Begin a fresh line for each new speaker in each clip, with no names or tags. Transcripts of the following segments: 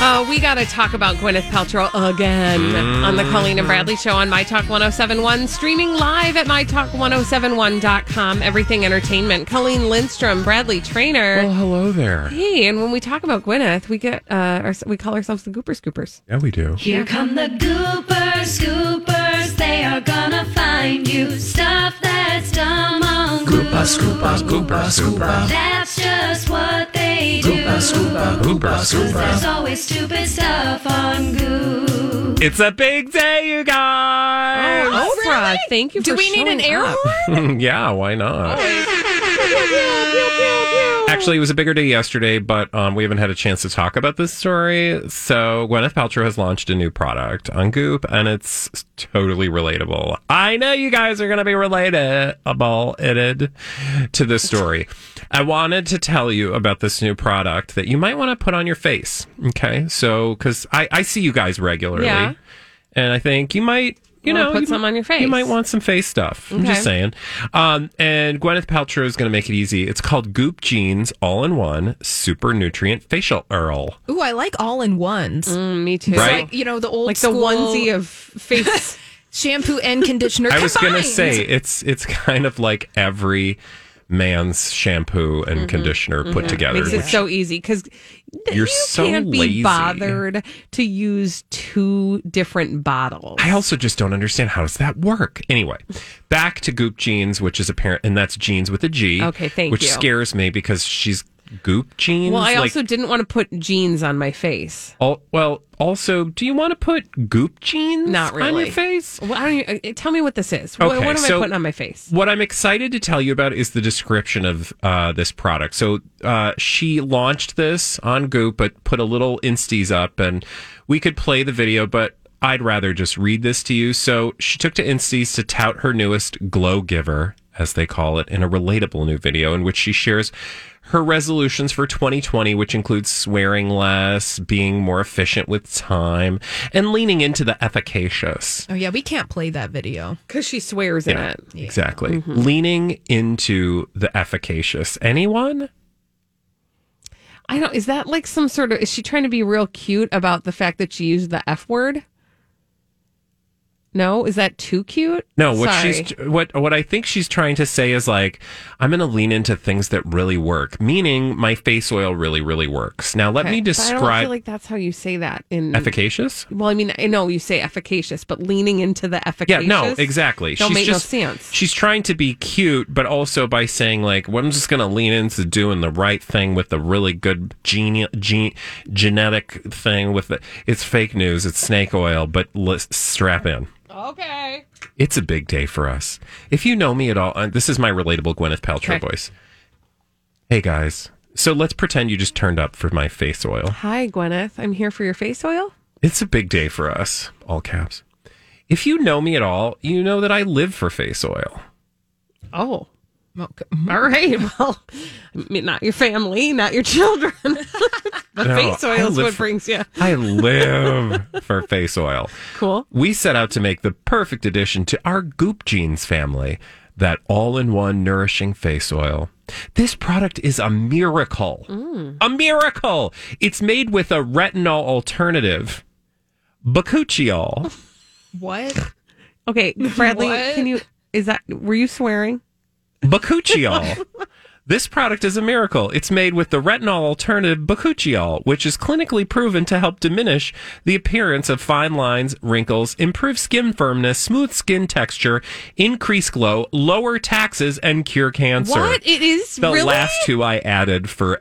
Oh, we got to talk about Gwyneth Paltrow again on the Colleen and Bradley show on My Talk 1071, streaming live at MyTalk1071.com. Everything Entertainment. Colleen Lindstrom, Bradley Trainer.
Well, Oh, hello there.
Hey, and when we talk about Gwyneth, we get uh, our, we call ourselves the Gooper Scoopers.
Yeah, we do.
Here come the goopers, scoopers, they are gonna find you. Stuff that's dumb on Goopa,
scoopa, goopa, scoopa.
That's just what they do.
Goopa,
Cause there's always stupid stuff on Goo.
It's a big day, you guys.
Oprah, thank you
Oh, Do
for
we need an
showing
air
up.
horn?
yeah, why
Oh,
not? Actually, it was a bigger day yesterday, but um, we haven't had a chance to talk about this story. So, Gwyneth Paltrow has launched a new product on Goop, and it's totally relatable. I know you guys are going to be relatable ited to this story. I wanted to tell you about this new product that you might want to put on your face. Okay, so because I, I see you guys regularly,
Yeah.
and I think you might. You
Wanna
know,
put
you
some on your face.
You might want want some face stuff. I'm just saying. Um, and Gwyneth Paltrow is going to make it easy. It's called Goop Jeans All in One Super Nutrient Facial Earl.
Ooh, I like all in ones.
Mm, me too.
Right?
Like, you know, the old
Like the
school
onesie of face.
shampoo and conditioner.
I was going to
combined.
say it's it's kind of like every man's shampoo and conditioner put together.
Mm-hmm. makes it
which-
so easy because
You're
you
so
can't
lazy.
be bothered to use two different bottles.
I also just don't understand how does that work. Anyway, back to Goop Jeans, which is apparent, and that's jeans with a G.
Okay, thank
which
you.
Which scares me because she's Goop Jeans.
well, I
like-
also didn't want to put jeans on my face.
Al- well, also, do you want to put goop jeans
Not
on
really.
your face?
Well, I don't, uh, tell me what this is. What,
Okay,
what am I
so-
putting on my face?
What I'm excited to tell you about is the description of uh, this product. So uh, she launched this on Goop, but put a little insties up, and we could play the video, but I'd rather just read this to you. So she took to insties to tout her newest glow giver, as they call it, in a relatable new video in which she shares her resolutions for 2020, which includes swearing less, being more efficient with time, and leaning into the efficacious.
Oh, yeah, we can't play that video.
Because she swears in it.
Exactly.
Mm-hmm.
Leaning into the efficacious. Anyone?
I don't. Is that like some sort of? Is she trying to be real cute about the fact that she used the f word? No, is that too cute?
No, what
Sorry.
she's what what I think she's trying to say is like I'm going to lean into things that really work, meaning my face oil really really works. Now let
Okay,
me
but I don't
describe
feel like that's how you say that in
efficacious?
Well, I mean, I know you say efficacious, but leaning into the
Yeah,
efficacious.
no, exactly.
Don't
she's
make no
just,
sense.
She's trying to be cute, but also by saying like, well, "I'm just going to lean into doing the right thing with the really good gene- gene- genetic thing." With the, it's fake news, it's snake oil, but let's strap in.
Okay.
It's a big day for us. If you know me at all, uh, this is my relatable Gwyneth Paltrow
Okay.
voice. Hey guys, so let's pretend you just turned up for my face oil.
Hi, Gwyneth. I'm here for your face oil.
It's a big day for us, all caps. If you know me at all, you know that I live for face oil.
Oh. All right. Well, I mean, not your family, not your children. the
No,
face
I
oil is
live
what
for-
brings you.
I live for face oil.
Cool.
We set out to make the perfect addition to our Goop Jeans family, that all in one nourishing face oil. This product is a miracle. A miracle. It's made with a retinol alternative, bakuchiol.
What?
Okay, Bradley,
What?
can you? Is that were you swearing?
Bakuchiol. This product is a miracle. It's made with the retinol alternative Bakuchiol, which is clinically proven to help diminish the appearance of fine lines, wrinkles, improve skin firmness, smooth skin texture, increase glow, lower taxes, and cure cancer.
What? It is
The
really?
last two I added for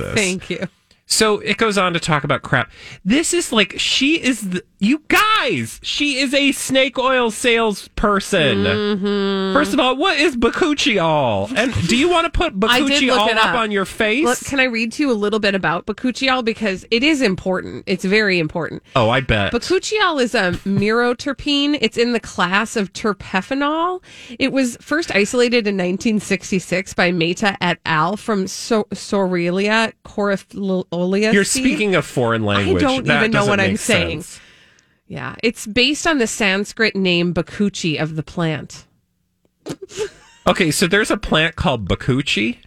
Okay, thank you.
So it goes on to talk about crap. This is like she is the, you guys. She is a snake oil salesperson.
Mm-hmm.
First of all, what is bakuchiol? And do you want to put
I did
bakuchiol
look
up.
it up.
on your face?
Look, can I read to you a little bit about Bakuchiol because it is important. It's very important.
oh, I bet.
Bakuchiol is a miroterpene. It's in the class of terpephenol. It was first isolated in 1966 by Mehta et al. from so- Sorelia corifoliaceae.
You're speaking a foreign language.
don't
That
even know
doesn't
what I'm
make
saying.
sense.
Yeah, it's based on the Sanskrit name Bakuchi of the plant.
Okay, so there's a plant called bakuchi.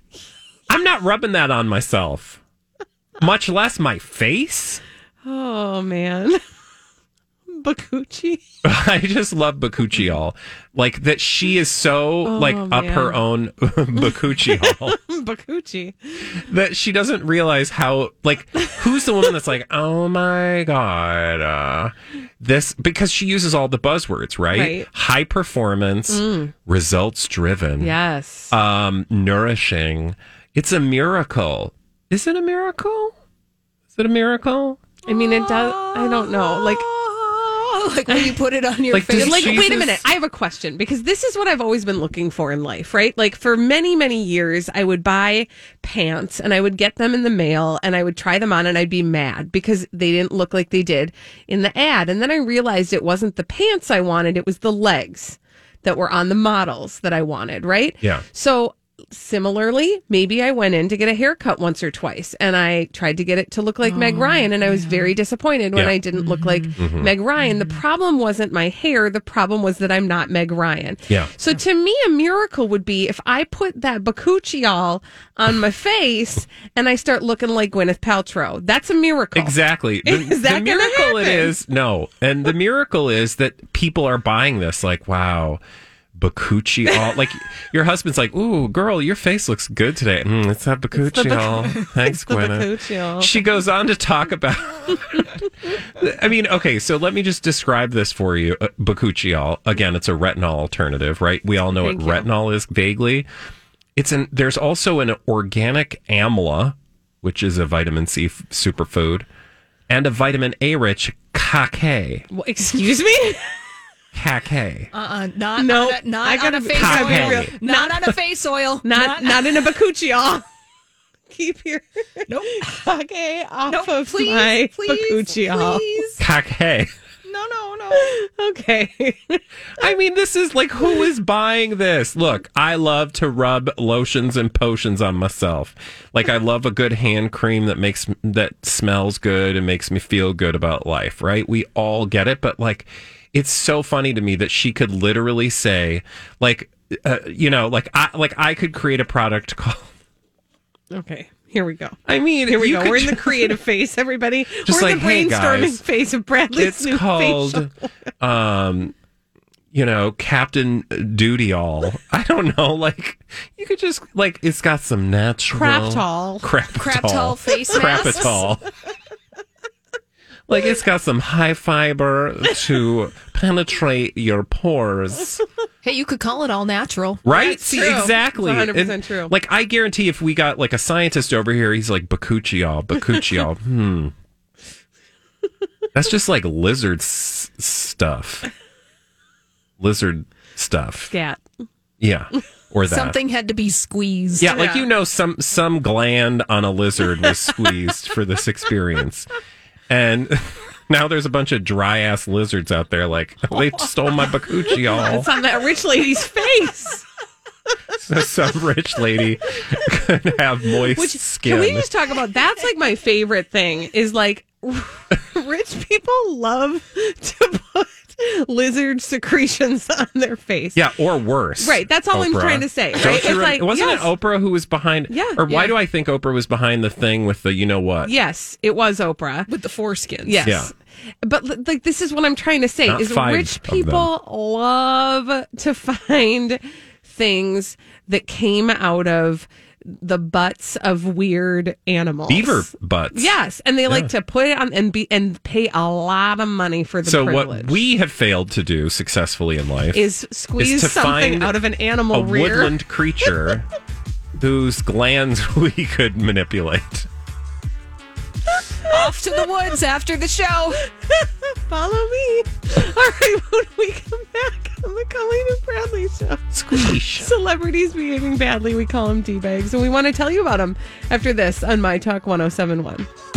I'm not rubbing that on myself, much less my face.
Oh man, Bakuchi.
I just love Bakuchiol. Like that she is so like up
Oh, man.
her own Bakuchiol
Bakuchi.
that she doesn't realize how like who's the woman that's like, "Oh my god." Uh, this because she uses all the buzzwords, right?
Right. Mm.
High performance, results driven,
Yes.
um nourishing. It's a miracle. Is it a miracle? Is it a miracle?
I mean, it does. I don't know. Like,
Oh, like when you put it on your
Like,
face.
does
like wait a
Jesus-
minute. I have a question because this is what I've always been looking for in life, right? Like for many, many years, I would buy pants and I would get them in the mail and I would try them on and I'd be mad because they didn't look like they did in the ad. And then I realized it wasn't the pants I wanted; it was the legs that were on the models that I wanted, right?
Yeah.
So similarly, maybe I went in to get a haircut once or twice and I tried to get it to look like Meg Ryan and I was very disappointed when
Yeah.
I didn't look like Meg Ryan. The problem wasn't my hair, the problem was that I'm not Meg Ryan.
Yeah.
So to me a miracle would be if I put that bakuchiol on my face and I start looking like Gwyneth Paltrow. That's a miracle.
Exactly. The,
Is that
the
gonna
miracle it
happen?
is no, and the miracle is that people are buying this. Like, wow, bakuchi all like your husband's like, ooh, girl, your face looks good today. Mm, it's that bakuchi all. Thanks,
the
Gwenna.
bakuchiol.
She goes on to talk about. I mean, okay, so let me just describe this for you. Uh, bakuchiol again, it's a retinol alternative, right? We all know
Thank you.
what retinol is vaguely. It's an there's also an organic amla, which is a vitamin C f- superfood, and a vitamin A rich kake.
Well, excuse me? Uh,
Kake.
Uh-uh, not
Nope.
on a, not
I
on
gotta-
a face
I
oil.
gotta be real.
Not on a face oil.
Not not in a bakuchiol. Keep your
Nope.
okay off
Nope.
of
please,
my
please,
bakuchiol.
please.
Kake.
No, no, no.
Okay.
I mean, this is like who is buying this? Look, I love to rub lotions and potions on myself. Like I love a good hand cream that makes that smells good and makes me feel good about life, right? We all get it, but like it's so funny to me that she could literally say like uh, you know, like I like I could create a product called
Okay, here we go.
I mean,
Here we
you
go.
could
We're in the
just-
creative phase, everybody.
Just
We're in
like,
the
hey,
brainstorming
guys,
phase of Bradley's
it's
new facial.
called um you know captain duty all i don't know like you could just like it's got some natural
Craptol.
crap
Craptol face masks.
crapatol like it's got some high fiber to penetrate your pores
Hey, you could call it all natural.
right
That's
see
true. It's
exactly
100%
And,
true.
like i guarantee if we got like a scientist over here he's like bakuchiol bakuchiol hmm that's just like lizard s- stuff lizard stuff
Scat.
yeah or that
Something had to be squeezed.
yeah, like you know, some some gland on a lizard was squeezed for this experience, and now there's a bunch of dry ass lizards out there. Like they stole my bakuchi all.
It's on that rich lady's face.
So some rich lady could have moist
Which
skin.
can we just talk about? That's like my favorite thing. Is like rich people love to put lizard secretions on their face.
yeah, or worse.
Right, that's all I'm
Oprah.
trying to say,
Don't
right?
you
It's
remember-
like,
wasn't
yes.
it Oprah who was behind?
Yeah,
Or why
yeah.
do I think Oprah was behind the thing with the you know what?
Yes, it was Oprah.
With the foreskins.
Yes.
Yeah.
But li- like this is what I'm trying to say
Not
is
five
rich
of them.
people love to find things that came out of the butts of weird animals.
Beaver butts.
Yes, and they like to put it on and be and pay a lot of money for the
So
privilege.
what we have failed to do successfully in life
is squeeze
to
something
find
out of an
a
animal rear.
woodland creature whose glands we could manipulate.
Off to the woods after the show.
Follow me. All right, when we come back on the Colleen and Bradley show.
Squeesh.
Celebrities oh behaving badly, we call them D-bags, and we want to tell you about them after this on My Talk 1071.